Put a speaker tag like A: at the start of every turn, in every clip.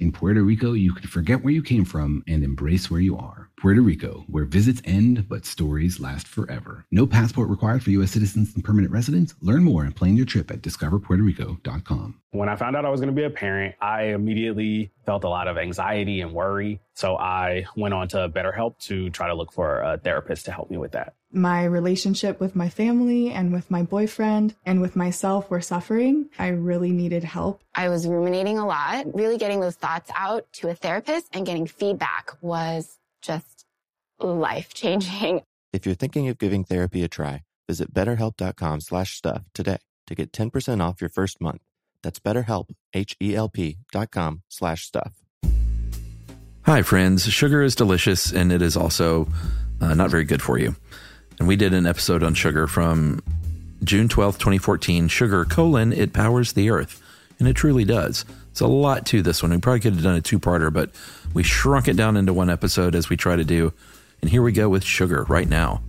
A: In Puerto Rico, you can forget where you came from and embrace where you are. Puerto Rico, where visits end but stories last forever. No passport required for U.S. citizens and permanent residents. Learn more and plan your trip at discoverpuertorico.com.
B: When I found out I was going to be a parent, I immediately felt a lot of anxiety and worry. So I went on to BetterHelp to try to look for a therapist to help me with that.
C: My relationship with my family and with my boyfriend and with myself were suffering. I really needed help.
D: I was ruminating a lot. Really getting those thoughts out to a therapist and getting feedback was just life changing.
E: If you're thinking of giving therapy a try, visit betterhelp.com slash stuff today to get 10% off your first month. That's betterhelp, H-E-L-P dot com slash stuff.
F: Hi, friends. Sugar is delicious and it is also uh, not very good for you. And we did an episode on sugar from June 12th, 2014. Sugar, colon, it powers the earth. And it truly does. It's a lot to this one. We probably could have done a two parter, but we shrunk it down into one episode as we try to do. And here we go with sugar right now.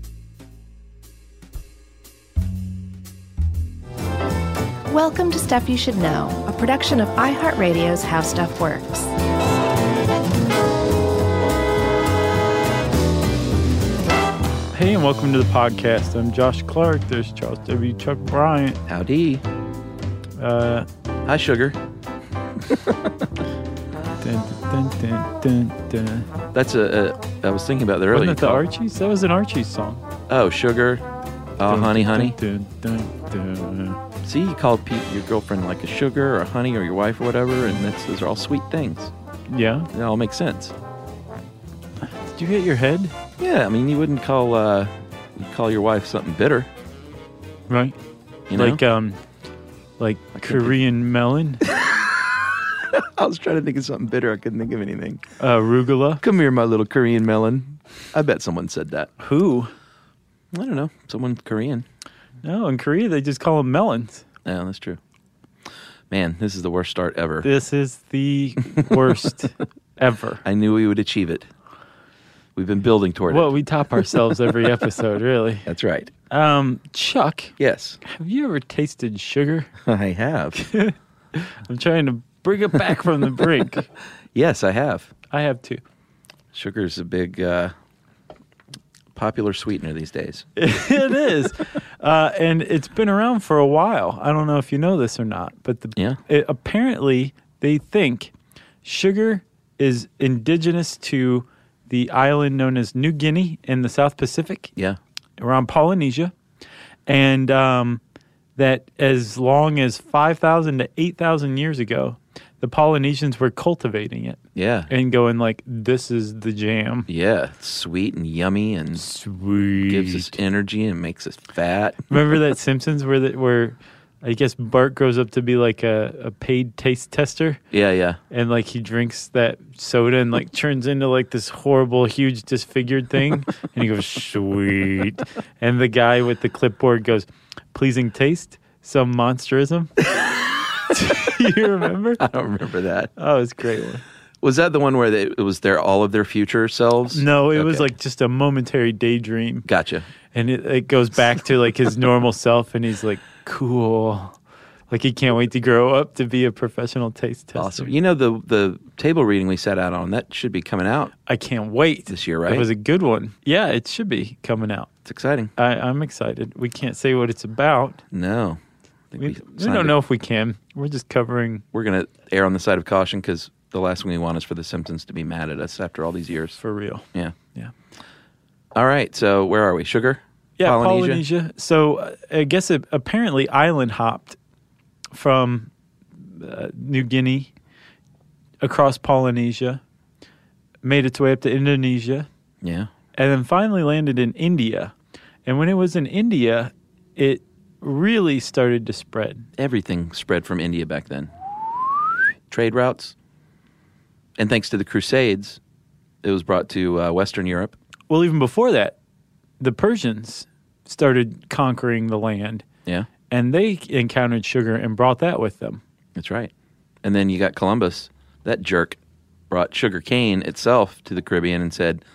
G: Welcome to Stuff You Should Know, a production of iHeartRadio's How Stuff Works.
H: Hey, and welcome to the podcast. I'm Josh Clark. There's Charles W. Chuck Bryant.
F: Howdy.
H: Uh,
F: Hi, sugar.
H: dun, dun, dun, dun, dun.
F: That's a. a I was thinking about that earlier.
H: Wasn't it the Archies? That was an Archie song.
F: oh, sugar. Oh,
H: Dun,
F: honey,
H: dun,
F: honey.
H: dun, dun, dun.
F: See, you called Pete, your girlfriend like a sugar or honey or your wife or whatever, and that's, those are all sweet things.
H: Yeah.
F: It all makes sense.
H: Did you hit your head?
F: Yeah, I mean, you wouldn't call uh, you call your wife something bitter,
H: Right.
F: you know?
H: Like um, like
F: can't do-
H: Korean melon,
F: I was trying to think of something bitter. I couldn't think of anything.
H: uh, arugula.
F: Come here, my little Korean melon. I bet someone said that.
H: Who?
F: I don't know. Someone Korean.
H: No, in Korea they just call them melons.
F: Yeah, that's true. Man, this is the worst start ever.
H: This is the worst ever.
F: I knew we would achieve it. We've been building toward
H: Well,
F: it.
H: we top ourselves every episode, really.
F: That's right.
H: Um, Chuck,
F: Yes,
H: have you ever tasted sugar?
F: I have.
H: I'm trying to bring it back from the brink.
F: yes, I have.
H: I have too.
F: Sugar is a big uh, popular sweetener these days.
H: it is, uh, and it's been around for a while. I don't know if you know this or not, but the,
F: Yeah.
H: it, apparently they think sugar is indigenous to the island known as New Guinea in the South Pacific,
F: Yeah.
H: around Polynesia, and um, that as long as five thousand to eight thousand years ago, the Polynesians were cultivating it
F: Yeah.
H: and going like, "This is the jam."
F: Yeah. It's sweet and yummy and
H: Sweet.
F: gives us energy and makes us fat.
H: Remember that Simpsons where that where I guess Bart grows up to be like a, a paid taste tester
F: Yeah, yeah.
H: and like he drinks that soda and like turns into like this horrible, huge, disfigured thing. and he goes, sweet. And the guy with the clipboard goes, pleasing taste, some monsterism. Do you remember?
F: I don't remember that.
H: Oh, it's a great one.
F: Was that the one where they, it was their all of their future selves?
H: No, it was
F: Okay.
H: like just a momentary daydream.
F: Gotcha.
H: and it, it goes back to like his normal self and he's like cool like he can't wait to grow up to be a professional taste tester
F: Awesome. You know the the table reading we sat out on that should be coming out.
H: i can't wait
F: This year, right?
H: it was a good one yeah it should be coming out
F: It's exciting.
H: I, i'm excited we can't say what it's about
F: No, I think
H: we, we
F: signed
H: don't
F: it.
H: know if we can we're just covering
F: We're gonna err on the side of caution because the last thing we want is for the Simpsons to be mad at us after all these years.
H: for real
F: Yeah.
H: yeah
F: All right. So where are we? Sugar.
H: yeah polynesia, so uh, i guess it apparently island hopped from uh, new guinea across polynesia made its way up to indonesia
F: Yeah.
H: and then finally landed in India. And when it was in India, it really started to spread.
F: Everything spread from India back then. Trade routes. And thanks to the Crusades, it was brought to uh, Western Europe.
H: Well, even before that, the Persians started conquering the land
F: Yeah,
H: and they encountered sugar and brought that with them.
F: that's right. And then you got Columbus. That jerk brought sugar cane itself to the Caribbean and said,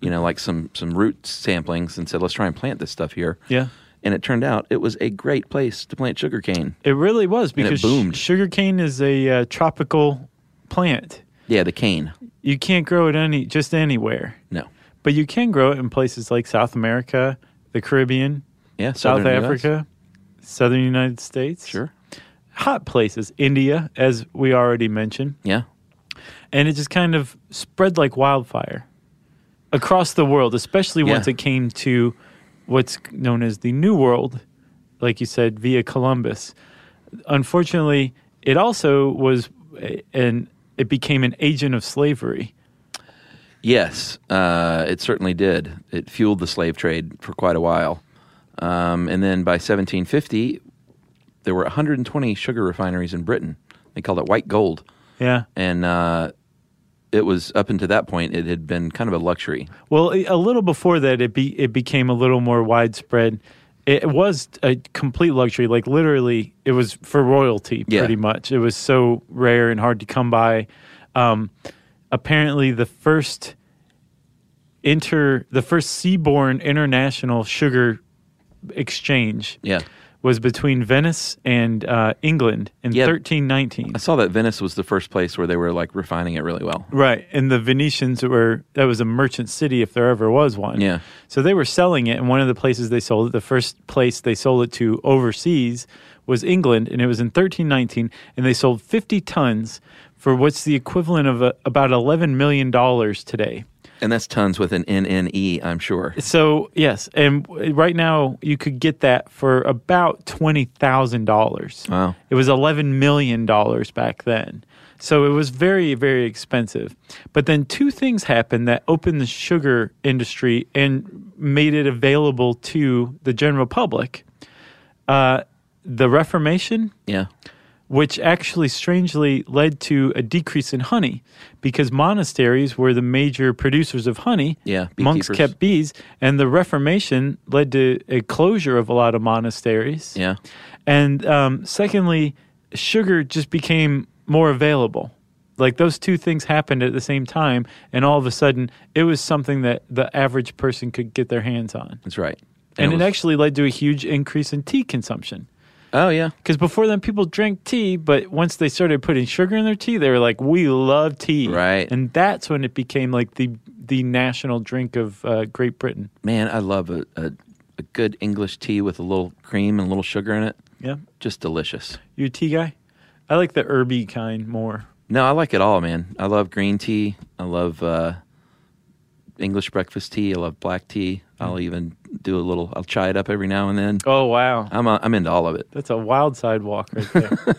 F: you know, like some some root samplings and said, let's try and plant this stuff here.
H: Yeah.
F: And it turned out it was a great place to plant sugar cane.
H: It really was
F: it
H: because
F: boomed.
H: sugarcane is a uh, tropical plant.
F: Yeah, the cane.
H: You can't grow it any just anywhere,
F: No.
H: but you can grow it in places like South America, the Caribbean,
F: Yeah,
H: South
F: southern US.
H: Africa, southern United States.
F: Sure.
H: Hot places, India, as we already mentioned.
F: Yeah.
H: And it just kind of spread like wildfire across the world, especially once
F: Yeah.
H: it came to what's known as the New World, like you said, via Columbus. Unfortunately, it also was a- an it became an agent of slavery.
F: Yes, uh, it certainly did. It fueled the slave trade for quite a while. Um, and then by 1750, there were 120 sugar refineries in Britain. They called it white gold.
H: Yeah.
F: And uh, it was up until that point, it had been kind of a luxury.
H: Well, a a little before that, it be it became a little more widespread. It was a complete luxury, like literally, it was for royalty,
F: Yeah.
H: pretty much. It was so rare and hard to come by. Um, apparently, the first inter the first seaborne international sugar exchange
F: Yeah.
H: was between Venice and uh, England in
F: Yeah.
H: 1319.
F: I saw that Venice was the first place where they were like refining it really well.
H: Right. And the Venetians were, that was a merchant city if there ever was one.
F: Yeah.
H: So they were selling it. And one of the places they sold it, the first place they sold it to overseas was England. And it was in 1319. And they sold 50 tons for what's the equivalent of a, about $11 million today.
F: And that's tons with an N N E, I'm sure.
H: So, yes. And w- right now you could get that for about $20,000.
F: Wow.
H: It was $11 million back then. So it was very, very expensive. But then two things happened that opened the sugar industry and made it available to the general public. Uh, the Reformation,
F: Yeah.
H: which actually strangely led to a decrease in honey because monasteries were the major producers of honey.
F: Yeah,
H: monks
F: beekeepers.
H: kept bees, and the Reformation led to a closure of a lot of monasteries.
F: Yeah.
H: And um, secondly, sugar just became more available. Like those two things happened at the same time, and all of a sudden, it was something that the average person could get their hands on.
F: That's right.
H: And, it
F: was-
H: actually led to a huge increase in tea consumption.
F: Oh, yeah.
H: Because before then, people drank tea, but once they started putting sugar in their tea, they were like, "We love tea,"
F: Right.
H: And that's when it became like the the national drink of uh, Great Britain.
F: Man, I love a, a, a good English tea with a little cream and a little sugar in it.
H: Yeah,
F: Just delicious.
H: you a tea guy? I like the herby kind more.
F: No, I like it all, man. I love green tea. I love uh, English breakfast tea. I love black tea. I'll even do a little. I'll chai it up every now and then.
H: Oh wow,
F: I'm uh, I'm into all of it.
H: that's a wild side walk right there.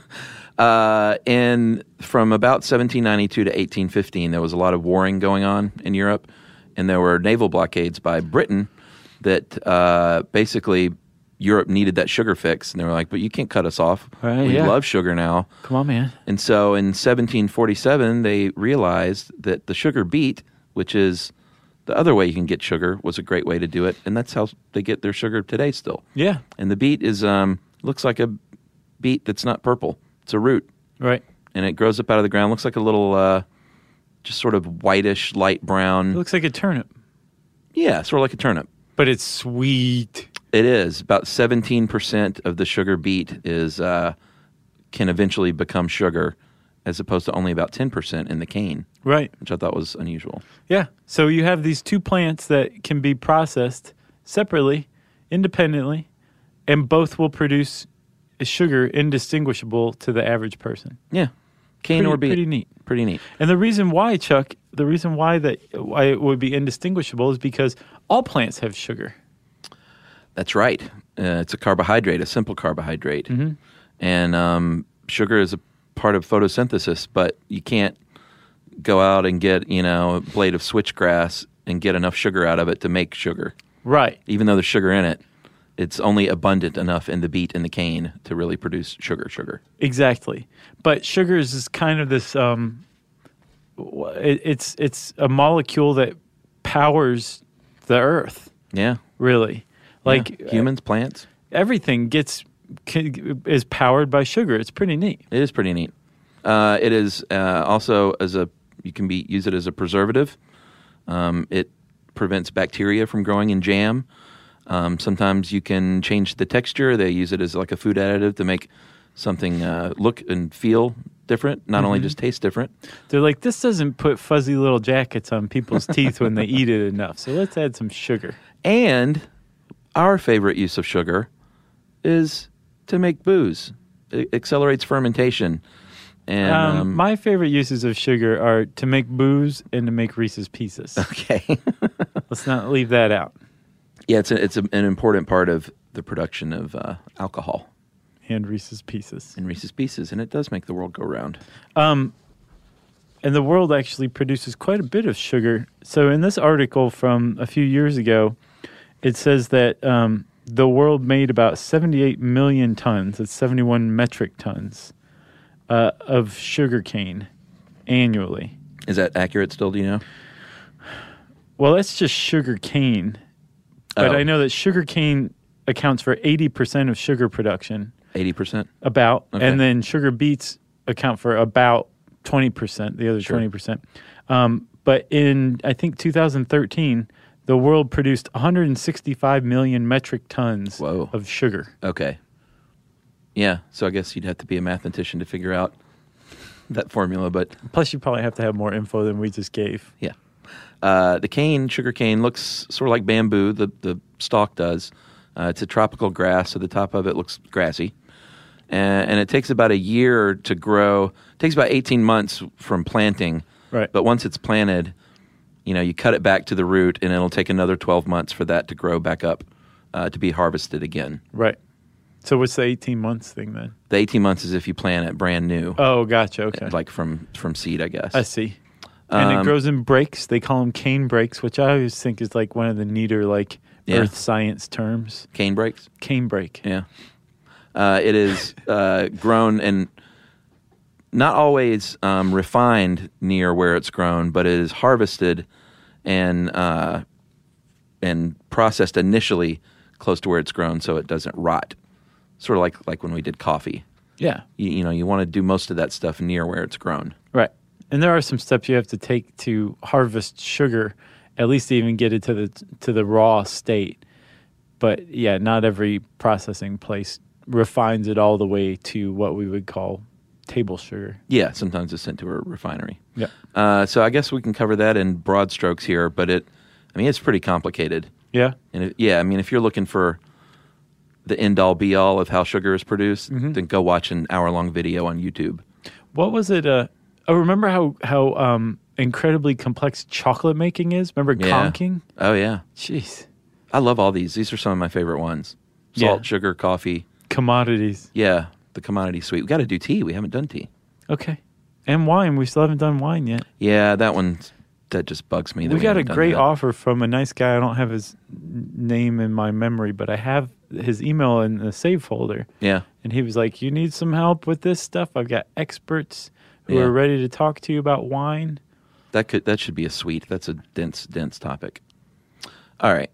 F: Uh, and from about 1792 to 1815, there was a lot of warring going on in Europe, and there were naval blockades by Britain that uh, basically Europe needed that sugar fix, and they were like, "But you can't cut us off.
H: Right,
F: we
H: yeah.
F: love sugar now."
H: Come on, man.
F: And so in 1747, they realized that the sugar beet, which is the other way you can get sugar, was a great way to do it. And that's how they get their sugar today still.
H: Yeah,
F: And the beet is, um, looks like a beet that's not purple, it's a root.
H: right.
F: And it grows up out of the ground, looks like a little, uh, just sort of whitish, light
H: It
F: brown.
H: looks like a turnip,
F: yeah, sort of like a turnip.
H: but it's sweet.
F: It is. About 17% of the sugar beet is, uh, can eventually become sugar, as opposed to only about 10% in the cane.
H: Right.
F: which I thought was unusual.
H: Yeah. So you have these two plants that can be processed separately, independently, and both will produce a sugar indistinguishable to the average person.
F: Yeah, cane
H: pretty,
F: or beet,
H: pretty neat.
F: Pretty neat.
H: And the reason why, Chuck, the reason why that why it would be indistinguishable is because all plants have sugar.
F: That's right. Uh, it's a carbohydrate, a simple carbohydrate, and um, sugar is a part of photosynthesis. But you can't go out and get you know a blade of switchgrass and get enough sugar out of it to make sugar,
H: Right.
F: even though there's sugar in it. It's only abundant enough in the beet and the cane to really produce sugar. Sugar.
H: Exactly. But sugar is just kind of this. Um, w- it, it's it's a molecule that powers the earth,
F: Yeah.
H: really. Like
F: Yeah. humans, plants.
H: everything gets c- is powered by sugar. It's pretty neat.
F: It is pretty neat. Uh, it is uh, also as a you can be use it as a preservative. Um, it prevents bacteria from growing in jam. Um, sometimes you can change the texture. They use it as like a food additive to make something uh, look and feel different, not only just taste different.
H: They're like, this doesn't put fuzzy little jackets on people's teeth when they eat it enough. So let's add some sugar.
F: And our favorite use of sugar is to make booze. It accelerates fermentation. And
H: Um,
F: um,
H: my favorite uses of sugar are to make booze and to make Reese's Pieces.
F: okay.
H: let's not leave that out.
F: Yeah, it's a, it's a, an important part of the production of uh, alcohol
H: And Reese's Pieces.
F: in Reese's Pieces, and it does make the world go round.
H: and the world actually produces quite a bit of sugar. So, in this article from a few years ago, it says that um, the world made about 78 million tons, that's 71 metric tons, uh, of sugar cane annually.
F: Is that accurate still? Do you know?
H: Well, that's just sugar cane. But
F: Oh.
H: I know that sugar cane accounts for 80% of sugar production,
F: Eighty percent.
H: about,
F: Okay.
H: and then sugar beets account for about 20%, the other
F: Sure.
H: 20%. Um, but in, I think, 2013, the world produced 165 million metric tons
F: Whoa.
H: of sugar.
F: Okay. Yeah. So I guess you'd have to be a mathematician to figure out that formula, but
H: Plus, you probably have to have more info than we just gave.
F: yeah. Uh, the cane, sugar cane, looks sort of like bamboo. The the stalk does. Uh, it's a tropical grass, so the top of it looks grassy, and, and it takes about a year to grow. It takes about eighteen months from planting.
H: Right.
F: But once it's planted, you know, you cut it back to the root, and it'll take another 12 months for that to grow back up uh, to be harvested again.
H: Right. So, what's the 18 months thing then?
F: The 18 months is if you plant it brand new,
H: Oh, gotcha. Okay.
F: like from from seed, I guess.
H: I see. And it
F: Um,
H: grows in breaks. They call them cane breaks, which I always think is like one of the neater like
F: Yeah.
H: earth science terms.
F: Cane breaks.
H: Cane break.
F: Yeah. Uh, it is uh, grown and not always um, refined near where it's grown, but it is harvested and uh, and processed initially close to where it's grown, so it doesn't rot. Sort of like like when we did coffee.
H: Yeah.
F: You, you know, you want to do most of that stuff near where it's grown.
H: Right. And there are some steps you have to take to harvest sugar, at least to even get it to the to the raw state. But yeah, not every processing place refines it all the way to what we would call table sugar.
F: Yeah, sometimes it's sent to a refinery.
H: Yeah.
F: Uh, so I guess we can cover that in broad strokes here, but it, I mean, it's pretty complicated.
H: Yeah.
F: And if, yeah, I mean, if you're looking for the end all be all of how sugar is produced,
H: Mm-hmm.
F: then go watch an hour long video on YouTube.
H: What was it? Uh, oh, remember how how um, incredibly complex chocolate making is? Remember
F: Yeah.
H: conking?
F: Oh yeah,
H: Jeez.
F: I love all these. These are some of my favorite ones:
H: Yeah.
F: salt, sugar, coffee.
H: Commodities.
F: Yeah, the commodity sweet. We got to do tea. We haven't done tea.
H: Okay. And wine. We still haven't done wine yet.
F: Yeah, that one that just bugs me. that
H: we got a
F: haven't done
H: great
F: that.
H: offer from a nice guy. I don't have his n- name in my memory, but I have his email in the save folder.
F: Yeah,
H: And he was like, You need some help with this stuff? I've got experts who
F: Yeah.
H: are ready to talk to you about wine.
F: that could that should be a sweet. That's a dense dense topic. All right,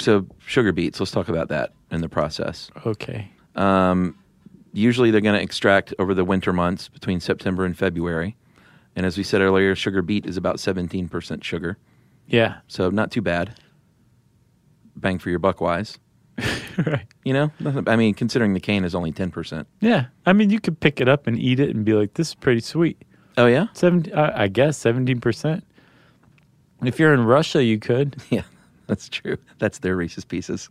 F: so sugar beets. Let's talk about that in the process.
H: Okay.
F: usually they're going to extract over the winter months between September and February. And as we said earlier, sugar beet is about 17% sugar.
H: Yeah.
F: So not too bad. Bang for your buck wise.
H: right.
F: You know, Nothing- I mean, considering the cane is only 10%.
H: Yeah. I mean, you could pick it up and eat it and be like, This is pretty sweet.
F: Oh, yeah?
H: Seven, I I guess 17%. If you're in Russia, you could.
F: Yeah, that's true. That's their Reese's Pieces.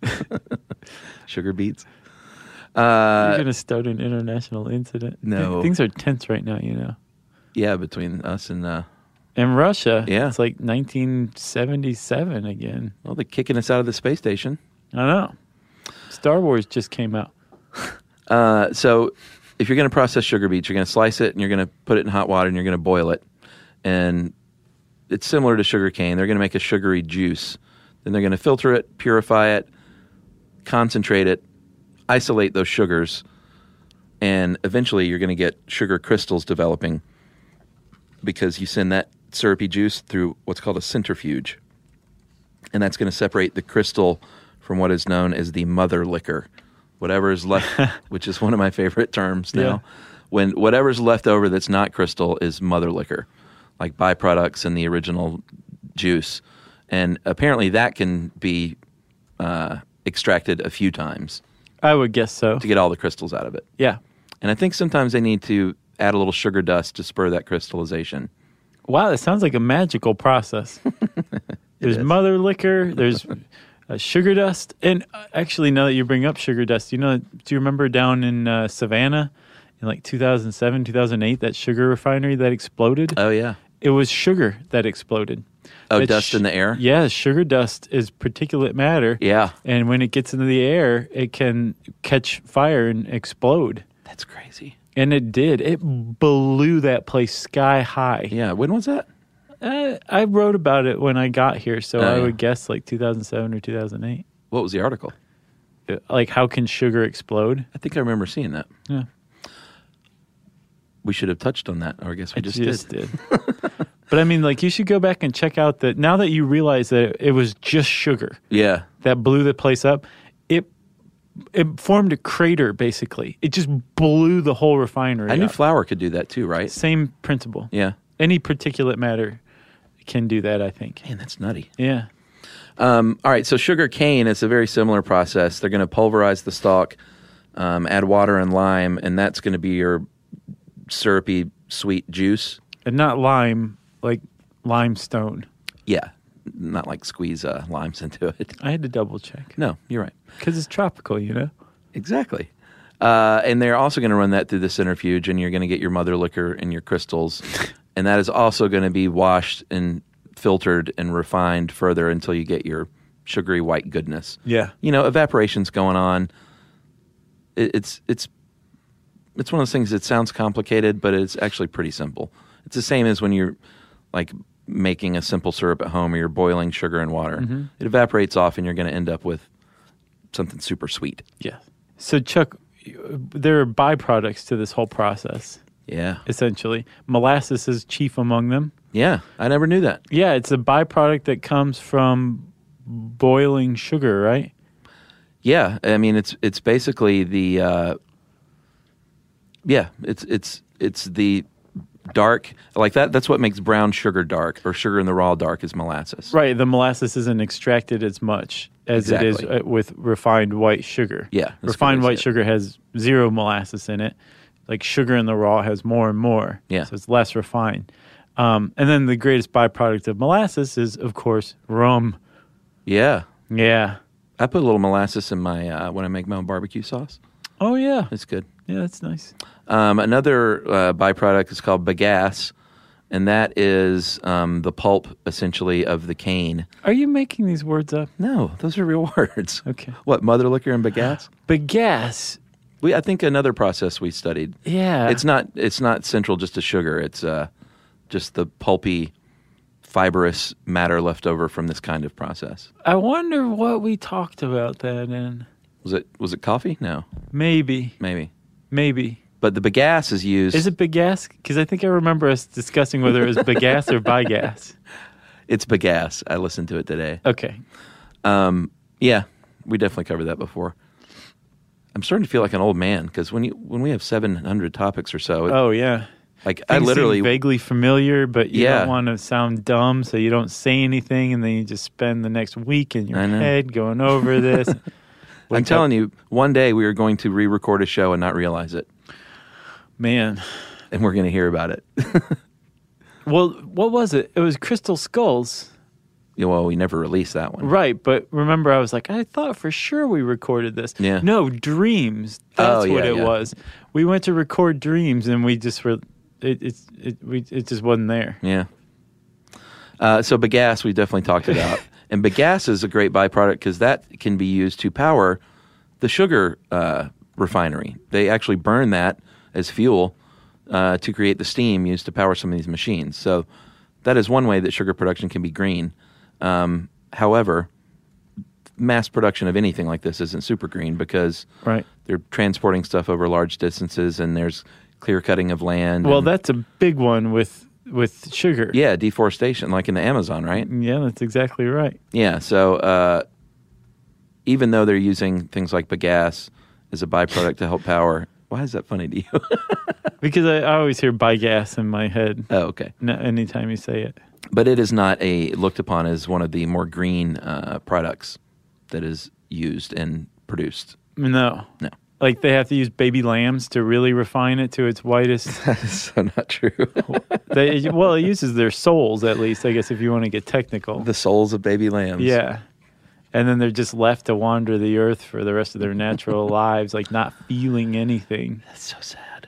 F: sugar beets. Uh,
H: you're going to start an international incident.
F: no.
H: Things are tense right now, you know.
F: Yeah, between us and, uh,
H: In Russia,
F: Yeah.
H: it's like 1977 again.
F: well, they're kicking us out of the space station.
H: I know. Star Wars just came out.
F: Uh, so if you're going to process sugar beets, you're going to slice it and you're going to put it in hot water and you're going to boil it. And it's similar to sugar cane. They're going to make a sugary juice. Then they're going to filter it, purify it, concentrate it, isolate those sugars, and eventually you're going to get sugar crystals developing because you send that syrupy juice through what's called a centrifuge. and that's going to separate the crystal from what is known as the mother liquor. Whatever is left, which is one of my favorite terms now, when whatever's left over that's not crystal is mother liquor, like byproducts in the original juice, and apparently that can be uh, extracted a few times
H: I would guess so.
F: to get all the crystals out of it.
H: Yeah.
F: And I think sometimes they need to add a little sugar dust to spur that crystallization.
H: Wow, that sounds like a magical process. there's mother liquor, there's uh, sugar dust. And uh, actually, now that you bring up sugar dust, you know, do you remember down in uh, Savannah in like 2007, 2008, that sugar refinery that exploded?
F: Oh yeah.
H: it was sugar that exploded.
F: Oh,
H: That
F: dust
H: sh-
F: in the air.
H: Yeah, sugar dust is particulate matter.
F: Yeah.
H: And when it gets into the air, it can catch fire and explode.
F: That's crazy.
H: And it did. It blew that place sky high.
F: Yeah. When was that?
H: Uh, I wrote about it when I got here, so
F: Oh,
H: I
F: yeah.
H: would guess like 2007 or 2008.
F: What was the article?
H: Uh, Like, how can sugar explode?
F: I think I remember seeing that.
H: Yeah.
F: We should have touched on that, or I guess we
H: I
F: just, did.
H: did. but I mean, like, you should go back and check out that now that you realize that it was just sugar.
F: Yeah.
H: that blew the place up, it it formed a crater basically. It just blew the whole refinery.
F: I knew
H: up.
F: flour could do that too, right?
H: Same principle.
F: Yeah.
H: Any particulate matter can do that, I think.
F: Man, that's nutty.
H: Yeah.
F: All right. So sugar cane is a very similar process. They're going to pulverize the stalk, um, add water and lime, and that's going to be your syrupy sweet juice.
H: And not lime, like limestone.
F: Yeah. Not like squeeze uh, limes into it.
H: I had to double check
F: No, you're right.
H: because it's tropical, you know?
F: Exactly. Uh, and they're also going to run that through the centrifuge, and you're going to get your mother liquor and your crystals. and that is also going to be washed and filtered and refined further until you get your sugary white goodness.
H: Yeah.
F: You know, evaporation's going on. It, it's, it's, it's one of those things that sounds complicated, but it's actually pretty simple. It's the same as when you're like making a simple syrup at home or you're boiling sugar and water. It evaporates off, and you're going to end up with something super sweet.
H: Yeah. So, Chuck, you- there are byproducts to this whole process,
F: Yeah.
H: essentially. Molasses is chief among them.
F: Yeah, I never knew that.
H: Yeah, it's a byproduct that comes from boiling sugar, right?
F: Yeah, I mean it's it's basically the uh, yeah, it's it's it's the dark like that. That's what makes brown sugar dark or sugar in the raw dark is molasses.
H: Right, the molasses isn't extracted as much as it
F: Exactly.
H: is uh, with refined white sugar.
F: Yeah, that's a good
H: refined
F: way to
H: white
F: say it.
H: sugar has zero molasses in it. Like sugar in the raw has more and more.
F: Yeah.
H: so it's less refined. Um, and then the greatest byproduct of molasses is, of course, rum.
F: Yeah,
H: Yeah.
F: I put a little molasses in my uh, when I make my own barbecue sauce.
H: Oh yeah,
F: It's good.
H: yeah, that's nice.
F: Um, another uh, byproduct is called bagasse, and that is um, the pulp essentially of the cane.
H: Are you making these words up?
F: No, those are real words.
H: Okay.
F: What mother liquor and bagasse?
H: Bagasse.
F: We I think another process we studied.
H: Yeah,
F: it's not it's not central just to sugar. It's uh, just the pulpy, fibrous matter left over from this kind of process.
H: I wonder what we talked about that in.
F: Was it was it coffee? No,
H: Maybe,
F: maybe.
H: maybe.
F: But the bagasse is used.
H: Is it bagasse? Because I think I remember us discussing whether it was bagasse or bygas.
F: It's bagasse. I listened to it today.
H: Okay.
F: Yeah, we definitely covered that before. I'm starting to feel like an old man because when you when we have 700 topics or so, it-
H: Oh yeah.
F: like I
H: Things seem
F: literally
H: vaguely familiar, but you
F: Yeah.
H: don't want to sound dumb, so you don't say anything, and then you just spend the next week in your
F: I know.
H: head going over this.
F: I'm telling you, one day we are going to re-record a show and not realize it,
H: man.
F: and we're going to hear about it.
H: Well, what was it? It was Crystal Skulls,
F: well, we never released that one.
H: right? But remember, I was like, I thought for sure we recorded this.
F: Yeah.
H: No, Dreams. That's
F: Oh,
H: what
F: yeah,
H: it
F: yeah.
H: was. We went to record Dreams, and we just were. It it it, we, it just wasn't there.
F: Yeah. Uh, so bagasse, we definitely talked about, and bagasse is a great byproduct because that can be used to power the sugar uh, refinery. They actually burn that as fuel uh, to create the steam used to power some of these machines. So that is one way that sugar production can be green. Um, however, mass production of anything like this isn't super green because
H: Right.
F: they're transporting stuff over large distances, and there's clear cutting of land.
H: Well,
F: and-
H: that's a big one with with sugar.
F: Yeah, deforestation, like in the Amazon, right?
H: Yeah, that's exactly right.
F: Yeah. So uh, even though they're using things like bagasse as a byproduct to help power, why is that funny to you?
H: Because I, I always hear gas" in my head
F: oh, okay.
H: n- anytime you say it.
F: But it is not a looked upon as one of the more green uh, products that is used and produced.
H: No.
F: No.
H: Like they have to use baby lambs to really refine it to its whitest.
F: so not true.
H: they, well, it uses their souls at least, I guess, if you want to get technical.
F: the souls of baby lambs.
H: yeah. And then they're just left to wander the earth for the rest of their natural lives, like not feeling anything.
F: That's so sad.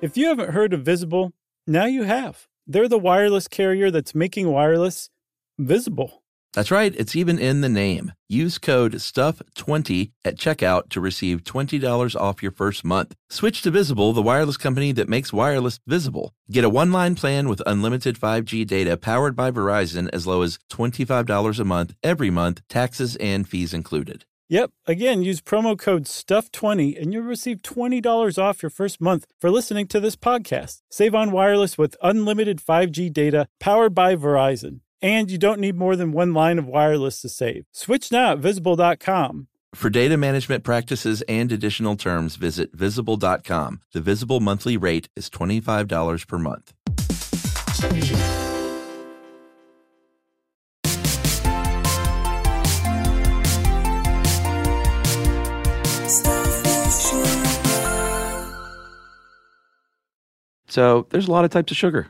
I: If you haven't heard of Visible, now you have. They're the wireless carrier that's making wireless visible.
J: That's right, it's even in the name. Use code STUFF20 at checkout to receive $20 off your first month. Switch to Visible, the wireless company that makes wireless visible. Get a one line plan with unlimited 5G data powered by Verizon as low as $25 a month every month, taxes and fees included.
I: Yep, again, use promo code STUFF20 and you'll receive $20 off your first month for listening to this podcast. Save on wireless with unlimited 5G data powered by Verizon. And you don't need more than one line of wireless to save. Switch now at visible.com.
J: For data management practices and additional terms, visit visible.com. The visible monthly rate is $25 per month.
F: So there's a lot of types of sugar.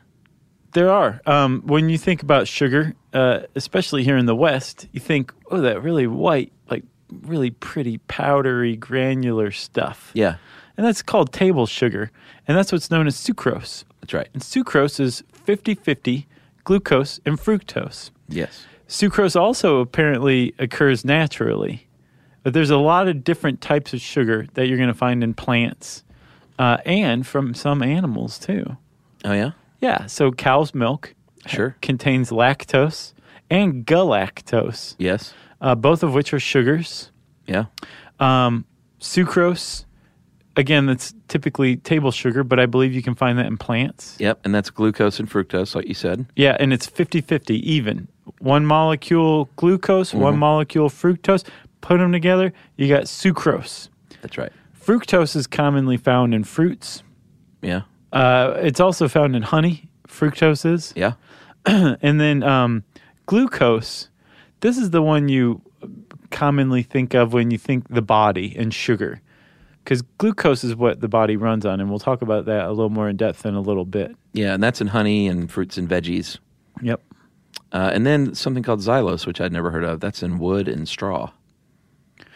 H: There are. Um, when you think about sugar, uh, especially here in the West, you think, oh, that really white, like really pretty powdery, granular stuff.
F: Yeah,
H: And that's called table sugar. And that's what's known as sucrose.
F: that's right.
H: And sucrose is 50 50 glucose and fructose.
F: Yes.
H: Sucrose also apparently occurs naturally, but there's a lot of different types of sugar that you're going to find in plants uh, and from some animals too.
F: Oh yeah.
H: Yeah, so cow's milk
F: Sure.
H: contains lactose and galactose,
F: Yes.
H: uh, both of which are sugars.
F: Yeah.
H: Sucrose, again, that's typically table sugar, but I believe you can find that in plants.
F: Yep. And that's glucose and fructose, like you said.
H: Yeah, and it's 50 50 even. One molecule glucose, one molecule fructose. Put them together, you got sucrose.
F: That's right.
H: Fructose is commonly found in fruits.
F: Yeah.
H: Uh, it's also found in honey, fructose is.
F: Yeah.
H: And then um, glucose, this is the one you commonly think of when you think the body and sugar, because glucose is what the body runs on. And we'll talk about that a little more in depth in a little bit.
F: Yeah. And that's in honey and fruits and veggies.
H: Yep.
F: Uh, and then something called xylose, which I'd never heard of. That's in wood and straw.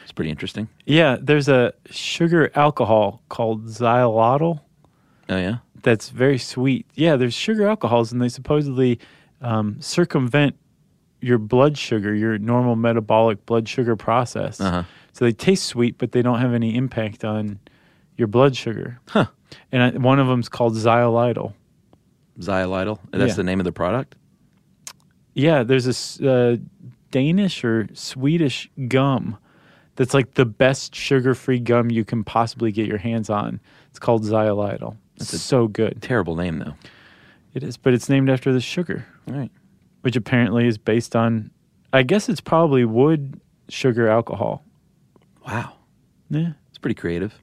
F: It's pretty interesting.
H: Yeah, there's a sugar alcohol called xylitol
F: Oh yeah.
H: that's very sweet. Yeah, there's sugar alcohols, and they supposedly um, circumvent your blood sugar, your normal metabolic blood sugar process. So they taste sweet, but they don't have any impact on your blood sugar.
F: Huh.
H: And I, one of them's called xylitol.
F: Xylitol. That's
H: Yeah.
F: the name of the product.
H: Yeah, there's this uh, Danish or Swedish gum that's like the best sugar-free gum you can possibly get your hands on. It's called xylitol. It's so good.
F: Terrible name though.
H: It is, but it's named after the sugar,
F: Right.
H: which apparently is based on, I guess it's probably wood sugar alcohol.
F: Wow.
H: Yeah.
F: It's pretty creative.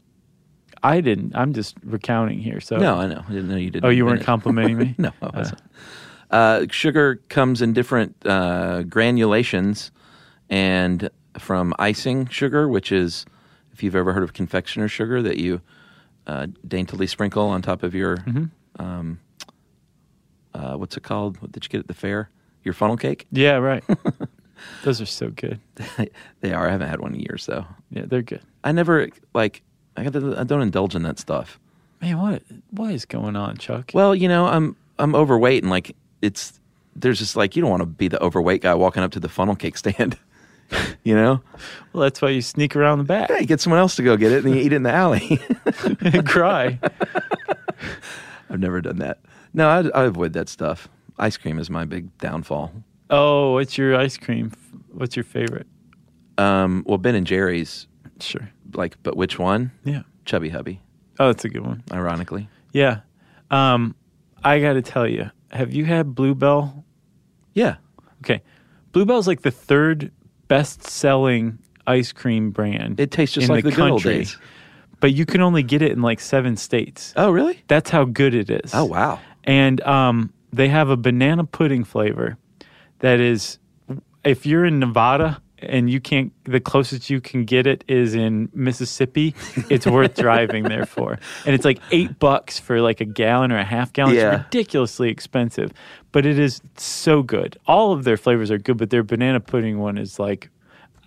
H: I didn't. I'm just recounting here. So
F: No, I know. I didn't know you didn't.
H: Oh, you
F: invent
H: weren't
F: it.
H: complimenting me?
F: no, I wasn't. Uh, sugar comes in different uh, granulations and from icing sugar, which is, if you've ever heard of confectioner sugar, that you uh, daintily sprinkle on top of your,
H: Mm-hmm.
F: um, uh, what's it called? What did you get at the fair? Your funnel cake?
H: Yeah, right. Those are so good.
F: they are. I haven't had one in years, though.
H: Yeah, they're good.
F: I never, like, I gotta- I don't indulge in that stuff.
H: Man, what what is going on, Chuck?
F: Well, you know, I'm I'm overweight and like it's there's just like you don't want to be the overweight guy walking up to the funnel cake stand. you know?
H: Well, that's why you sneak around the back
F: Hey, get someone else to go get it and you eat it in the alley.
H: and cry.
F: I've never done that. No, I, I avoid that stuff. Ice cream is my big downfall.
H: Oh, what's your ice cream? What's your favorite?
F: Um, well, Ben and Jerry's,
H: Sure.
F: like, but which one?
H: Yeah.
F: Chubby Hubby,
H: Oh, that's a good one.
F: ironically.
H: Yeah. Um, I got to tell you, have you had Bluebell?
F: Yeah.
H: Okay. Bluebell's like the third best selling ice cream brand.
F: It tastes just
H: in
F: like the, good old days.
H: But you can only get it in like seven states.
F: Oh, really?
H: That's how good it is.
F: Oh, wow.
H: And um, they have a banana pudding flavor that is, if you're in Nevada and you can't, the closest you can get it is in Mississippi, it's worth driving there for. And it's like eight bucks for like a gallon or a half gallon.
F: Yeah.
H: It's ridiculously expensive, but it is so good. All of their flavors are good, but their banana pudding one is like,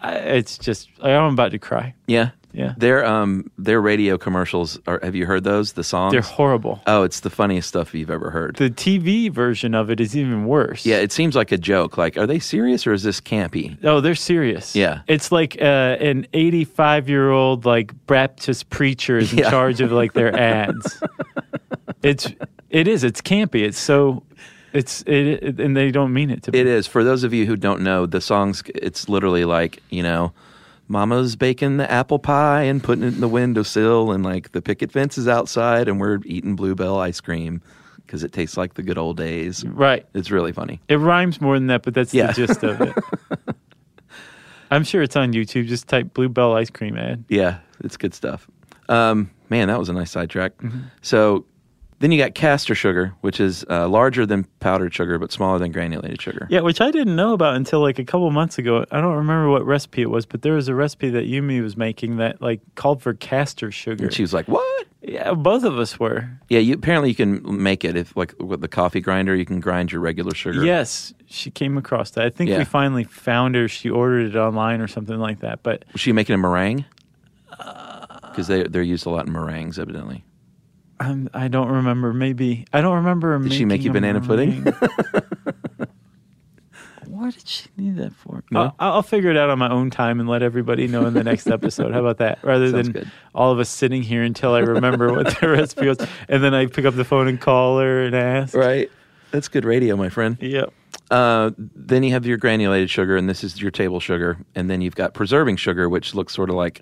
H: I- it's just, I'm about to cry.
F: Yeah.
H: Yeah.
F: Their um their radio commercials are have you heard those? The songs?
H: They're horrible.
F: Oh, it's the funniest stuff you've ever heard.
H: The TV version of it is even worse.
F: yeah, it seems like a joke. Like, are they serious or is this campy?
H: Oh, they're serious.
F: Yeah.
H: It's like uh, an 85 year old like Baptist preacher is in
F: Yeah.
H: charge of like their ads. it's it is it's campy. It's so it's it, it- and they don't mean it to be.
F: It is. For those of you who don't know, the songs, it's literally like, you know, Mama's baking the apple pie and putting it in the windowsill, and like the picket fence is outside, and we're eating bluebell ice cream because it tastes like the good old days.
H: Right.
F: It's really funny.
H: It rhymes more than that, but that's
F: Yeah.
H: the gist of it. I'm sure it's on YouTube. Just type Bluebell ice cream ad.
F: Yeah, it's good stuff. Um, man, that was a nice sidetrack. So then you got castor sugar, which is uh, larger than powdered sugar but smaller than granulated sugar.
H: Yeah, which I didn't know about until like a couple months ago. I don't remember what recipe it was, but there was a recipe that Yumi was making that like called for castor sugar.
F: And she was like, "What?"
H: Yeah, both of us were.
F: Yeah, you apparently you can make it if like with the coffee grinder, you can grind your regular sugar.
H: Yes, she came across that. I think
F: Yeah.
H: we finally found her. She ordered it online or something like that. But
F: was she making a meringue? Because they they're used a lot in meringues, evidently.
H: I'm, I don't remember. Maybe I don't remember.
F: Did she make
H: making
F: you
H: a
F: banana pudding?
H: meringue. what did she need that for?
F: No?
H: I'll, I'll figure it out on my own time and let everybody know in the next episode. How about that? Rather
F: Sounds
H: than
F: good.
H: all of us sitting here until I remember what the recipe was, and then I pick up the phone and call her and ask.
F: Right. That's good radio, my friend.
H: Yep.
F: Uh, then you have your granulated sugar, and this is your table sugar, and then you've got preserving sugar, which looks sort of like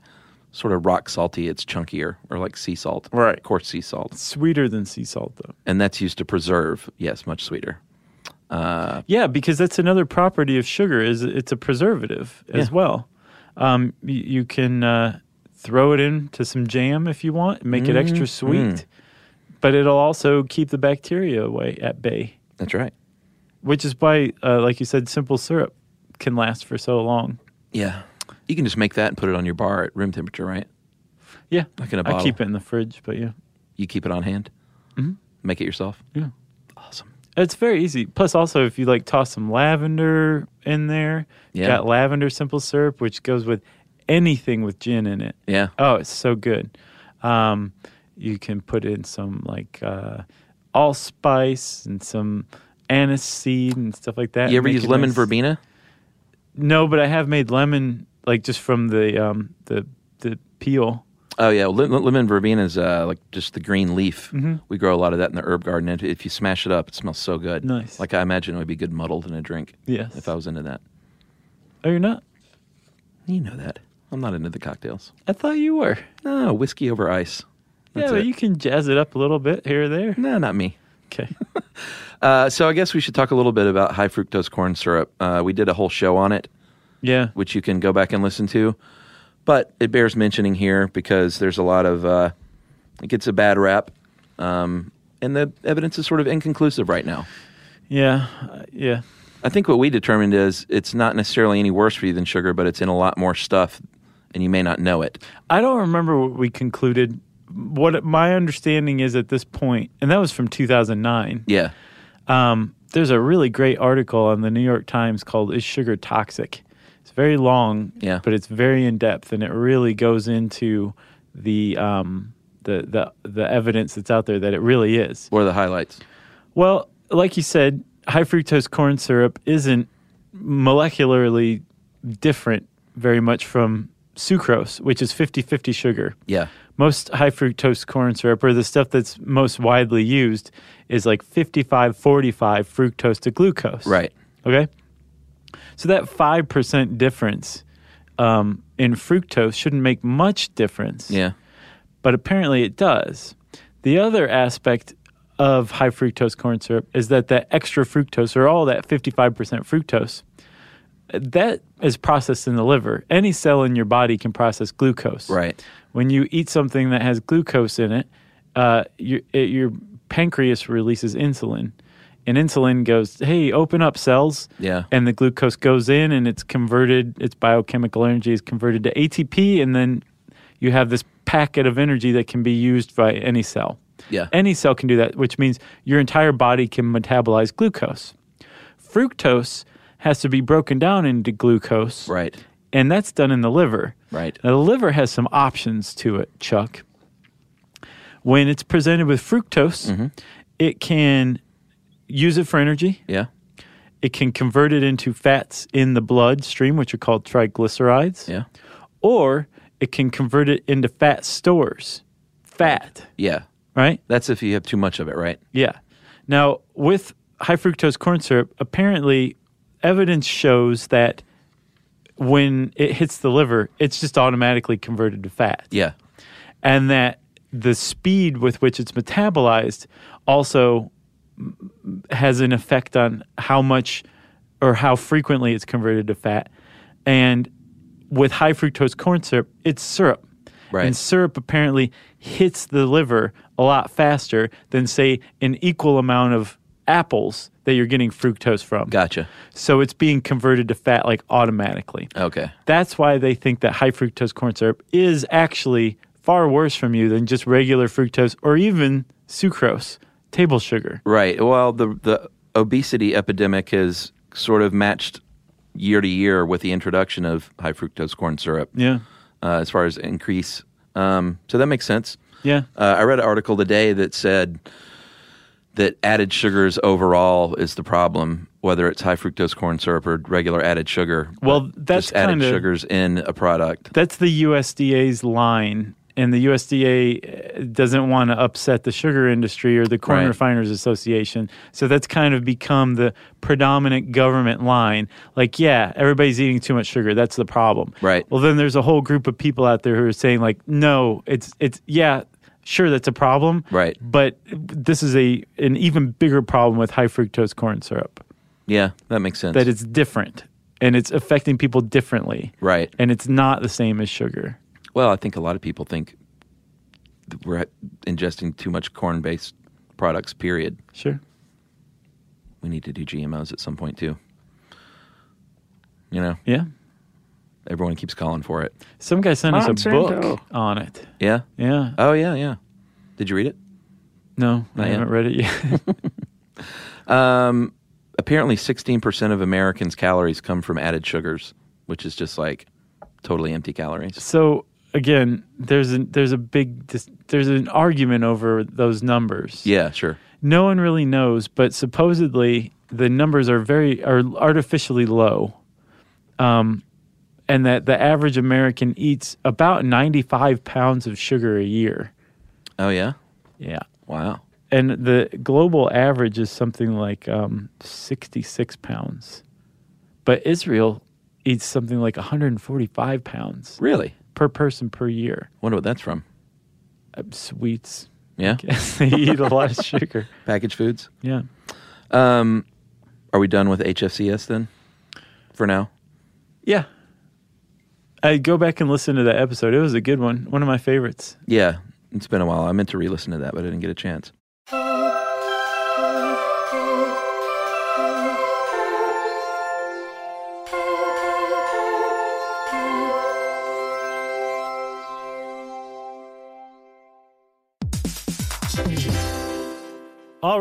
F: sort of rock salty. It's chunkier, or like sea salt,
H: Right.
F: Coarse sea salt,
H: Sweeter than sea salt, though.
F: and that's used to preserve. Yes, much sweeter.
H: Yeah, because that's another property of sugar is it's a preservative as
F: Yeah.
H: well. Um, y- you can uh, throw it into some jam if you want, make it extra sweet, but it'll also keep the bacteria away at bay,
F: That's right.
H: which is why, uh, like you said, simple syrup can last for so long.
F: Yeah, you can just make that and put it on your bar at room temperature, right?
H: Yeah,
F: Like in a
H: I
F: bottle.
H: keep it in the fridge, but yeah,
F: You keep it on hand, mm-hmm. make it yourself.
H: Yeah.
F: awesome.
H: it's very easy. Plus, also if you like toss some lavender in there,
F: Yeah.
H: got lavender simple syrup, which goes with anything with gin in it.
F: Yeah,
H: Oh, it's so good. Um, you can put in some like uh, allspice and some anise seed and stuff like that.
F: you ever
H: Make
F: use
H: it
F: lemon
H: nice.
F: verbena?
H: No, but I have made lemon like just from the um, the the peel.
F: Oh yeah, Well, lim- lemon verbena is uh, like just the green leaf.
H: Mm-hmm.
F: We grow a lot of that in the herb garden, and if you smash it up, it smells so good.
H: Nice.
F: Like I imagine it would be good muddled in a drink.
H: Yes.
F: If I was into that,
H: Oh, you're not?
F: you know that I'm not into the cocktails.
H: I thought you were.
F: No whiskey over ice.
H: yeah,
F: That's
H: but
F: it.
H: you can jazz it up a little bit here or there.
F: No, not me.
H: Okay.
F: Uh, so I guess we should talk a little bit about high fructose corn syrup. Uh, we did a whole show on it,
H: Yeah.
F: which you can go back and listen to. But it bears mentioning here because there's a lot of uh, it gets a bad rap, um, and the evidence is sort of inconclusive right now.
H: Yeah. uh, Yeah.
F: I think what we determined is it's not necessarily any worse for you than sugar, but it's in a lot more stuff, and you may not know it.
H: I don't remember what we concluded. What my understanding is at this point, and that was from 2009.
F: Yeah,
H: Um, there's a really great article on the New York Times called "Is Sugar Toxic?" It's very long,
F: Yeah.
H: but it's very in depth, and it really goes into the um, the the the evidence that's out there that it really is.
F: what are the highlights?
H: Well, like you said, high fructose corn syrup isn't molecularly different very much from sucrose, which is 50 50 sugar.
F: Yeah,
H: Most high fructose corn syrup, or the stuff that's most widely used, is like 55 45 fructose to glucose.
F: right.
H: Okay. So that 5% difference um, in fructose shouldn't make much difference
F: Yeah,
H: but apparently it does. The other aspect of high fructose corn syrup is that that extra fructose or all that 55% fructose that is processed in the liver. Any cell in your body can process glucose.
F: right.
H: When you eat something that has glucose in it, uh, your, it, your pancreas releases insulin. And insulin goes, hey, open up cells.
F: Yeah.
H: And the glucose goes in and it's converted, its biochemical energy is converted to ATP. And then you have this packet of energy that can be used by any cell.
F: Yeah.
H: Any cell can do that, which means your entire body can metabolize glucose. Fructose has to be broken down into glucose.
F: Right.
H: And that's done in the liver.
F: Right.
H: Now, the liver has some options to it, Chuck. When it's presented with fructose, it can use it for energy.
F: Yeah.
H: It can convert it into fats in the bloodstream, which are called triglycerides,
F: Yeah.
H: or it can convert it into fat stores. Fat,
F: Yeah.
H: right?
F: That's if you have too much of it, right?
H: Yeah. Now, with high fructose corn syrup, apparently evidence shows that when it hits the liver, it's just automatically converted to fat.
F: Yeah.
H: And that the speed with which it's metabolized also m- has an effect on how much or how frequently it's converted to fat. And with high fructose corn syrup, it's syrup.
F: Right.
H: And syrup apparently hits the liver a lot faster than, say, an equal amount of apples that you're getting fructose from.
F: Gotcha.
H: So it's being converted to fat like automatically.
F: Okay.
H: That's why they think that high fructose corn syrup is actually far worse from you than just regular fructose or even sucrose, table sugar.
F: Right. Well, the the obesity epidemic has sort of matched year to year with the introduction of high fructose corn syrup.
H: Yeah.
F: Uh, as far as increase, um, so that makes sense.
H: Yeah.
F: Uh, I read an article today that said that added sugars overall is the problem, whether it's high fructose corn syrup or regular added sugar.
H: Well,
F: But
H: that's
F: just added
H: kinda-
F: sugars in a product.
H: That's the USDA's line. And the USDA uh, doesn't want to upset the sugar industry or the Corn
F: Right.
H: Refiners Association. So that's kind of become the predominant government line. Like, yeah, everybody's eating too much sugar. That's the problem.
F: Right.
H: Well, then there's a whole group of people out there who are saying, like, no, it's, it's, yeah, sure, that's a problem.
F: Right.
H: But this is a, an even bigger problem with high fructose corn syrup
F: Yeah, that makes sense.
H: that it's different and it's affecting people differently.
F: Right.
H: And it's not the same as sugar.
F: Well, I think a lot of people think that we're ingesting too much corn based products, period.
H: Sure.
F: We need to do GMOs at some point, too. You know,
H: Yeah.
F: everyone keeps calling for it.
H: Some guy sent us a
B: Monsanto.
H: book on it.
F: Yeah?
H: Yeah.
F: Oh, yeah, yeah. Did you read it?
H: No,
F: Not
H: I
F: yet.
H: haven't read it yet.
F: Apparently, 16% of Americans' calories come from added sugars, which is just like totally empty calories.
H: so again, there's a, there's a big dis- there's an argument over those numbers.
F: Yeah, sure.
H: No one really knows, but supposedly the numbers are very are artificially low. Um and that the average American eats about 95 pounds of sugar a year.
F: Oh, yeah?
H: Yeah.
F: Wow.
H: and the global average is something like um, 66 pounds but israel eats something like 145 pounds
F: Really?
H: per person per year
F: Wonder what that's from.
H: Uh, sweets
F: Yeah?
H: they eat a lot of sugar
F: Packaged foods?
H: yeah
F: Um, are we done with HFCS then? For now,
K: Yeah. I go back and listen to that episode. It was a good one. One of my favorites.
F: yeah. It's been a while. I meant to re-listen to that, but I didn't get a chance.
H: All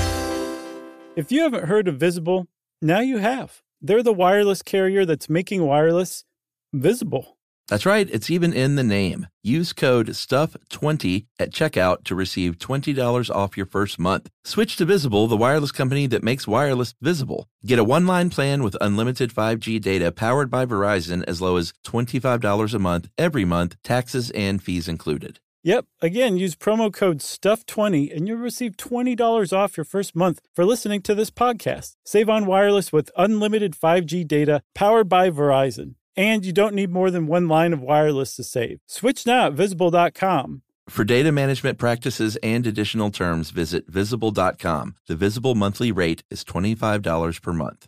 H: If you haven't heard of Visible, now you have. They're the wireless carrier that's making wireless visible.
F: That's right, it's even in the name. Use code STUFF20 at checkout to receive $20 off your first month. Switch to Visible, the wireless company that makes wireless visible. Get a one line plan with unlimited 5G data powered by Verizon as low as $25 a month every month, taxes and fees included.
H: Yep, again, use promo code STUFF20 and you'll receive $20 off your first month for listening to this podcast. Save on wireless with unlimited 5G data powered by Verizon. And you don't need more than one line of wireless to save. Switch now at visible.com.
F: For data management practices and additional terms, visit visible.com. The visible monthly rate is $25 per month.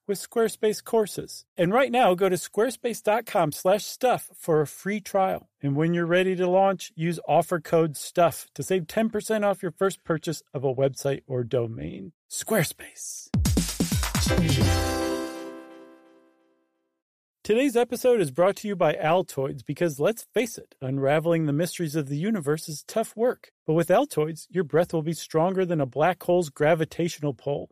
H: with Squarespace courses. And right now, go to squarespace.com/stuff for a free trial. And when you're ready to launch, use offer code STUFF to save 10% off your first purchase of a website or domain. Squarespace. Today's episode is brought to you by Altoids because let's face it, unraveling the mysteries of the universe is tough work. But with Altoids, your breath will be stronger than a black hole's gravitational pull,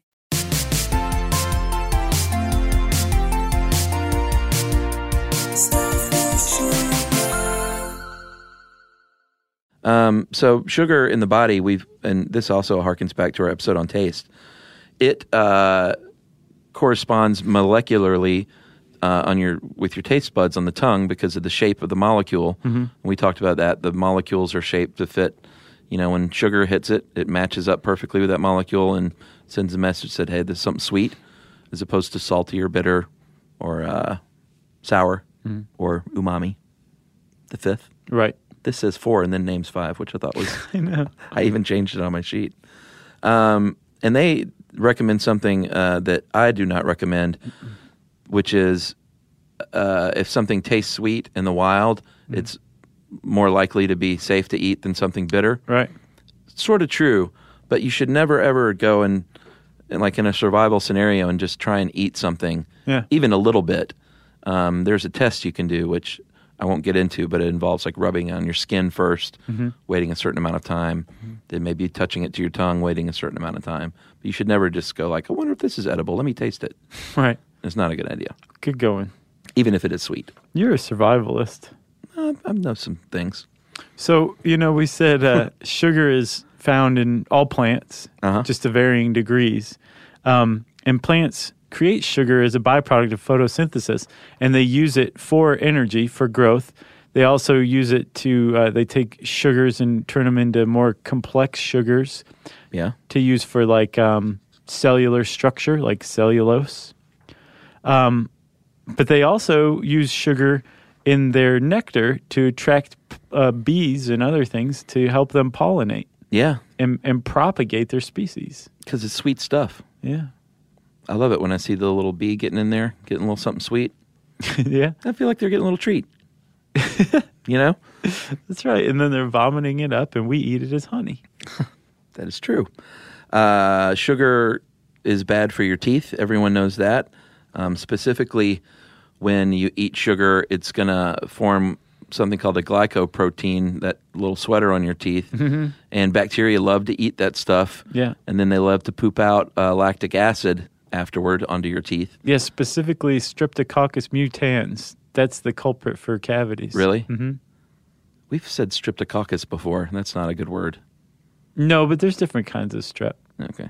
F: Um, so sugar in the body, we've, and this also harkens back to our episode on taste. It uh, corresponds molecularly uh, on your with your taste buds on the tongue because of the shape of the molecule. We talked about that. The molecules are shaped to fit. You know, when sugar hits it, it matches up perfectly with that molecule and sends a message that hey, there's something sweet, as opposed to salty or bitter, or uh, sour, or umami. The fifth.
K: Right.
F: This says four and then names five, which I thought was
K: I know.
F: I even changed it on my sheet. Um, and they recommend something uh, that I do not recommend, which is uh, if something tastes sweet in the wild,
K: Mm-hmm.
F: it's more likely to be safe to eat than something bitter.
K: Right.
F: It's sort of true, but you should never ever go and, and like in a survival scenario and just try and eat something
K: Yeah.
F: even a little bit. Um, there's a test you can do, which I won't get into, but it involves like rubbing on your skin 1st waiting a certain amount of time, then maybe touching it to your tongue, waiting a certain amount of time. But you should never just go like, I wonder if this is edible. Let me taste it.
H: Right.
F: It's not a good idea,
H: Good going.
F: even if it is sweet.
H: You're a survivalist.
F: Uh, I know some things.
H: So, you know, we said uh, sugar is found in all plants,
F: Uh-huh.
H: just to varying degrees. Um, and plants create sugar as a byproduct of photosynthesis, and they use it for energy, for growth. They also use it to, uh, they take sugars and turn them into more complex sugars
F: Yeah.
H: to use for like um, cellular structure, like cellulose. Um, but they also use sugar in their nectar to attract p- uh, bees and other things to help them pollinate
F: Yeah.
H: and, and propagate their species.
F: Because it's sweet stuff.
H: Yeah.
F: I love it when I see the little bee getting in there, getting a little something sweet.
H: yeah.
F: I feel like they're getting a little treat. you know?
H: That's right. And then they're vomiting it up and we eat it as honey.
F: That is true. Uh, sugar is bad for your teeth. Everyone knows that. Um, specifically, when you eat sugar, it's going to form something called a glycoprotein, that little sweater on your teeth. And bacteria love to eat that stuff.
H: Yeah.
F: And then they love to poop out uh, lactic acid afterward onto your teeth.
H: Yeah, specifically Streptococcus mutans. That's the culprit for cavities.
F: Really? Mm-hmm. We've said streptococcus before. and That's not a good word.
H: No, but there's different kinds of strep.
F: Okay.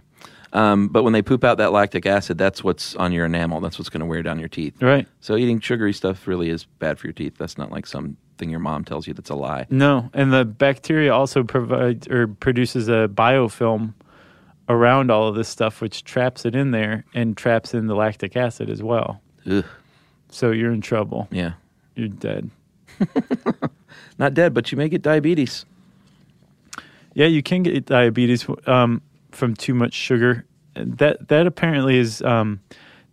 F: Um, but when they poop out that lactic acid, that's what's on your enamel. That's what's going to wear down your teeth.
H: Right.
F: So eating sugary stuff really is bad for your teeth. That's not like something your mom tells you that's a lie.
H: No, and the bacteria also provides or produces a biofilm around all of this stuff, which traps it in there and traps in the lactic acid as well.
F: Ugh.
H: So you're in trouble.
F: Yeah.
H: You're dead.
F: Not dead, but you may get diabetes.
H: Yeah, you can get diabetes um, from too much sugar. And That that apparently is. Um,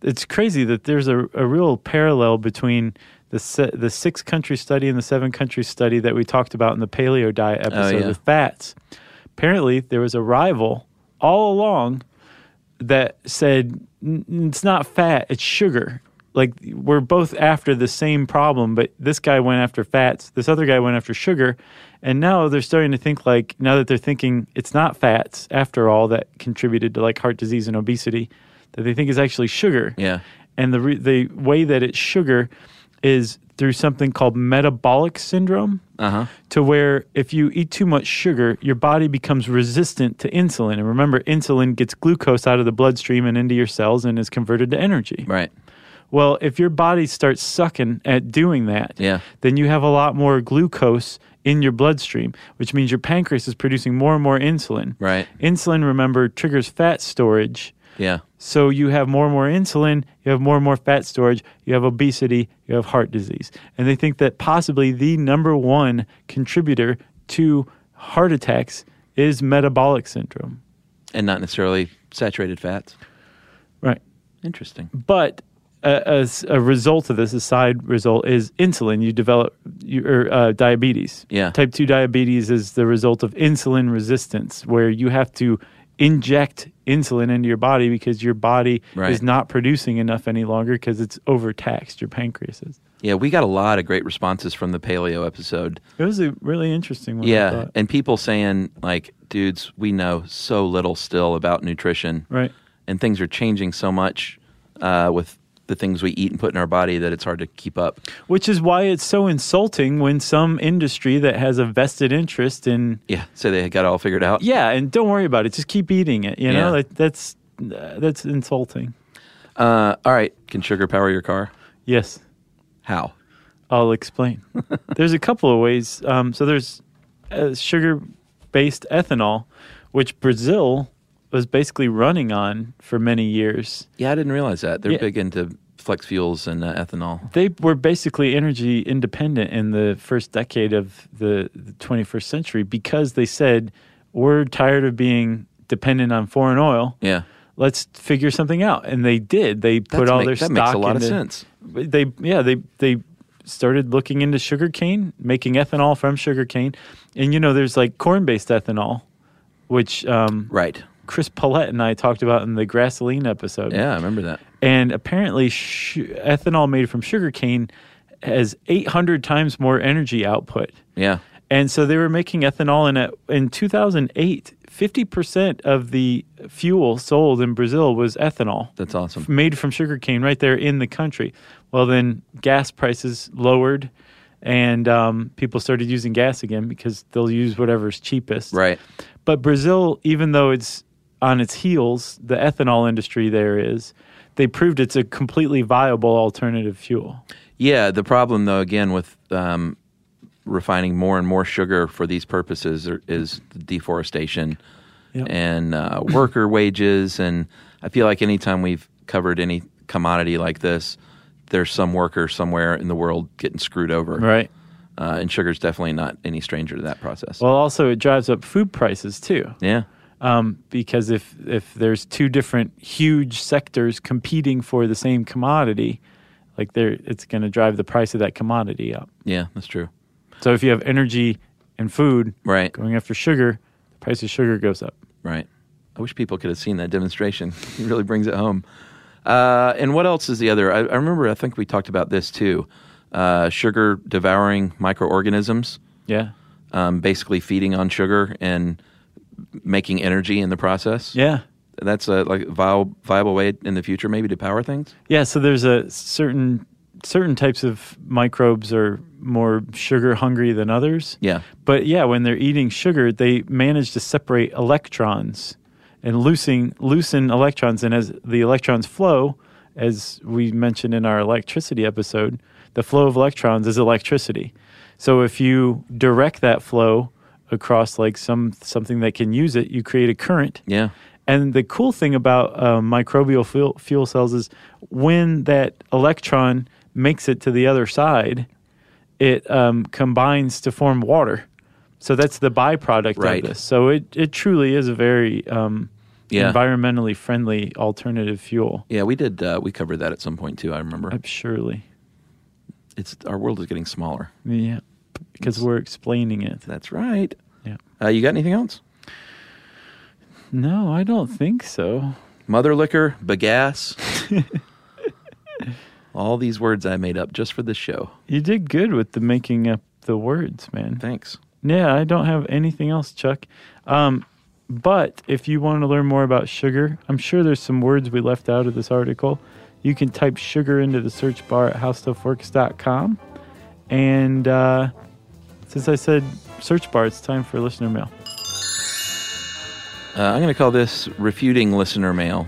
H: it's crazy that there's a, a real parallel between the se- the six country study and the seven country study that we talked about in the paleo diet episode
F: yeah.
H: with fats. Apparently, there was a rival all along that said "N- n- it's not fat, it's sugar. Like we're both after the same problem, but this guy went after fats, this other guy went after sugar, and now they're starting to think like now that they're thinking it's not fats after all that contributed to like heart disease and obesity that they think is actually sugar.
F: Yeah.
H: And the re- the way that it's sugar is through something called metabolic syndrome
F: Uh huh.
H: to where if you eat too much sugar, your body becomes resistant to insulin. And remember, insulin gets glucose out of the bloodstream and into your cells and is converted to energy.
F: Right.
H: Well, if your body starts sucking at doing that,
F: Yeah.
H: then you have a lot more glucose in your bloodstream, which means your pancreas is producing more and more insulin.
F: Right.
H: Insulin, remember, triggers fat storage.
F: Yeah.
H: So you have more and more insulin, you have more and more fat storage, you have obesity, you have heart disease. And they think that possibly the number one contributor to heart attacks is metabolic syndrome.
F: And not necessarily saturated fats.
H: Right.
F: Interesting.
H: But a, a s- a result of this, a side result, is insulin. You develop your uh, diabetes.
F: Yeah.
H: Type 2 diabetes is the result of insulin resistance, where you have to inject insulin into your body because your body
F: Right.
H: is not producing enough any longer because it's overtaxed, your pancreas is.
F: Yeah, we got a lot of great responses from the paleo episode.
H: It was a really interesting one. I
F: Yeah.
H: thought.
F: And people saying, like, dudes, we know so little still about nutrition.
H: Right.
F: and things are changing so much uh, with the things we eat and put in our body that it's hard to keep up.
H: Which is why it's so insulting when some industry that has a vested interest in
F: Yeah, so they got it all figured out.
H: yeah, and don't worry about it. Just keep eating it. You know,
F: Yeah.
H: that, that's uh, that's insulting.
F: Uh, all right, can sugar power your car?
H: Yes,
F: How?
H: I'll explain. there's a couple of ways. Um, so there's uh, sugar-based ethanol, which Brazil was basically running on for many years.
F: Yeah, I didn't realize that they're
H: Yeah.
F: big into flex fuels and uh, ethanol.
H: They were basically energy independent in the first decade of the, the 21st century because they said we're tired of being dependent on foreign oil.
F: Yeah,
H: let's figure something out. And they did. They put
F: That's
H: all
F: make-
H: their
F: that
H: stock.
F: makes a lot of
H: into,
F: sense.
H: They yeah they they started looking into sugarcane, making ethanol from sugarcane, and you know there's like corn based ethanol, which um,
F: right.
H: Chris Paulette and I talked about in the Grassoline episode.
F: Yeah, I remember that.
H: And apparently, sh- ethanol made from sugarcane has 800 times more energy output.
F: Yeah.
H: And so they were making ethanol in a, in 2008. 50% of the fuel sold in Brazil was ethanol
F: That's awesome.
H: made from sugarcane right there in the country. Well, then gas prices lowered and um, people started using gas again because they'll use whatever's cheapest.
F: Right.
H: But Brazil, even though it's on its heels, the ethanol industry there is, they proved it's a completely viable alternative fuel.
F: Yeah. The problem, though, again, with um, refining more and more sugar for these purposes are, is deforestation
H: Yep.
F: and uh, worker wages. And I feel like anytime we've covered any commodity like this, there's some worker somewhere in the world getting screwed over.
H: Right.
F: Uh, and sugar's definitely not any stranger to that process.
H: Well, also, it drives up food prices too.
F: yeah.
H: um, because if if there's two different huge sectors competing for the same commodity, like there, it's going to drive the price of that commodity up.
F: Yeah. That's true.
H: So if you have energy and food
F: Right.
H: going after sugar, the price of sugar goes up.
F: Right. I wish people could have seen that demonstration. It really brings it home. Uh, and what else is the other? I, I remember, I think we talked about this too uh, sugar devouring microorganisms,
H: Yeah,
F: um, basically feeding on sugar and making energy in the process.
H: yeah,
F: That's a like viable, viable way in the future, maybe to power things.
H: yeah. So there's a certain certain types of microbes are more sugar hungry than others.
F: Yeah.
H: But yeah, when they're eating sugar, they manage to separate electrons and loosen loosen electrons. And as the electrons flow, as we mentioned in our electricity episode, the flow of electrons is electricity. So if you direct that flow across like some something that can use it, you create a current.
F: Yeah.
H: And the cool thing about uh, microbial fuel, fuel cells is when that electron makes it to the other side, it um, combines to form water. So that's the byproduct
F: Right.
H: of this. So it, it truly is a very um,
F: Yeah.
H: environmentally friendly alternative fuel.
F: Yeah. We did, uh, we covered that at some point too. I remember.
H: I'm surely.
F: It's Our world is getting smaller.
H: Yeah. Because we're explaining it.
F: That's right.
H: Yeah.
F: Uh, you got anything else?
H: No, I don't think so.
F: mother liquor, bagasse. All these words I made up just for this show.
H: You did good with the making up the words, man.
F: Thanks.
H: Yeah, I don't have anything else, Chuck. Um, but if you want to learn more about sugar, I'm sure there's some words we left out of this article. You can type sugar into the search bar at howstuffworks.com. And uh, since I said search bar, it's time for listener mail.
F: Uh, I'm going to call this refuting listener mail.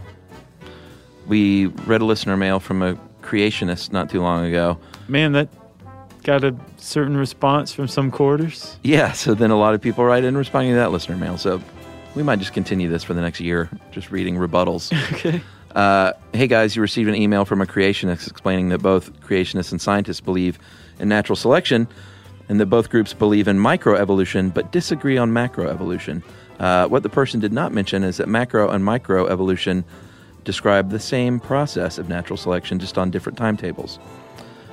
F: We read a listener mail from a creationist not too long ago.
H: Man, that got a certain response from some quarters.
F: Yeah, so then a lot of people write in responding to that listener mail. So we might just continue this for the next year, just reading rebuttals.
H: Okay.
F: Uh, hey guys, you received an email from a creationist explaining that both creationists and scientists believe in natural selection and that both groups believe in microevolution but disagree on macroevolution. Uh, what the person did not mention is that macro and microevolution describe the same process of natural selection just on different timetables.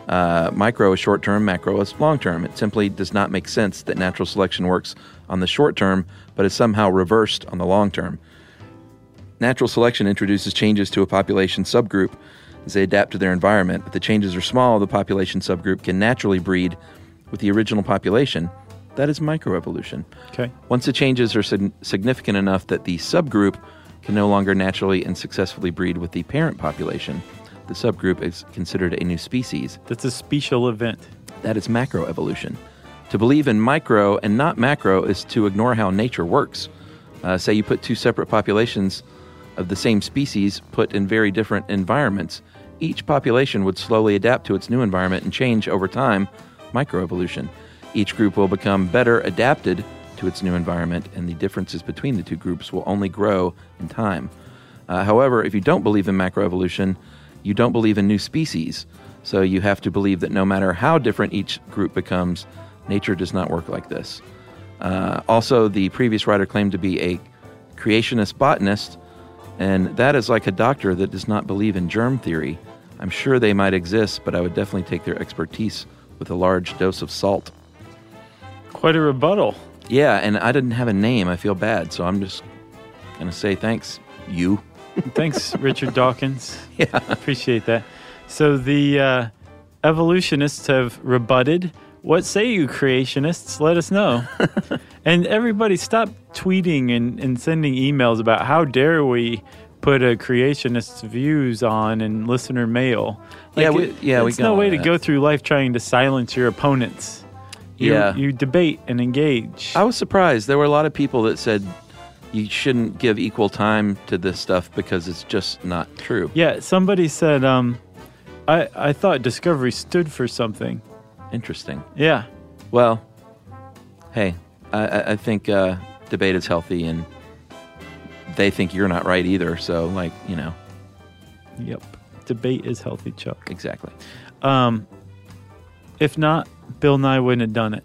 F: Uh, micro is short term, macro is long term. It simply does not make sense that natural selection works on the short term but is somehow reversed on the long term. Natural selection introduces changes to a population subgroup as they adapt to their environment. If the changes are small, the population subgroup can naturally breed with the original population. That is microevolution.
H: Okay.
F: Once the changes are sig- significant enough that the subgroup can no longer naturally and successfully breed with the parent population, the subgroup is considered a new species.
H: That's a special event.
F: That is macroevolution. To believe in micro and not macro is to ignore how nature works. Uh, say you put two separate populations of the same species put in very different environments. Each population would slowly adapt to its new environment and change over time, microevolution. Each group will become better adapted to its new environment, and the differences between the two groups will only grow in time. Uh, however, if you don't believe in macroevolution, you don't believe in new species. So you have to believe that no matter how different each group becomes, nature does not work like this. Uh, also, the previous writer claimed to be a creationist botanist, and that is like a doctor that does not believe in germ theory. I'm sure they might exist, but I would definitely take their expertise with a large dose of salt.
H: Quite a rebuttal.
F: Yeah, and I didn't have a name. I feel bad, so I'm just going to say thanks, you.
H: Thanks, Richard Dawkins. Yeah. Appreciate that. So the uh, uh, Evolutionists have rebutted. What say you, creationists? Let us know. and everybody, stop tweeting and, and sending emails about how dare we put a creationist's views on in listener mail.
F: Yeah, we- yeah, we
H: it's
F: got
H: no
F: all
H: way to
F: that.
H: go through life trying to silence your opponents. You,
F: Yeah.
H: you debate and engage.
F: I was surprised. There were a lot of people that said you shouldn't give equal time to this stuff because it's just not true.
H: Yeah, somebody said, um, I, I thought Discovery stood for something.
F: Interesting.
H: Yeah.
F: Well, hey, I, I- I think uh, debate is healthy, and they think you're not right either. So, like, you know,
H: Yep. Debate is healthy, Chuck.
F: exactly.
H: Um, if not, Bill Nye wouldn't have done it.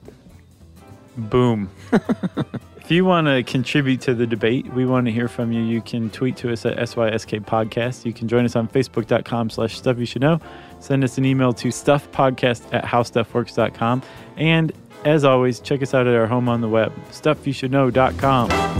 H: Boom. if you want to contribute to the debate, we want to hear from you. You can tweet to us at SYSK Podcast. You can join us on Facebook.com slash Stuff You Should Know. Send us an email to stuffpodcast at howstuffworks.com. And as always, check us out at our home on the web, stuffyoushouldknow.com.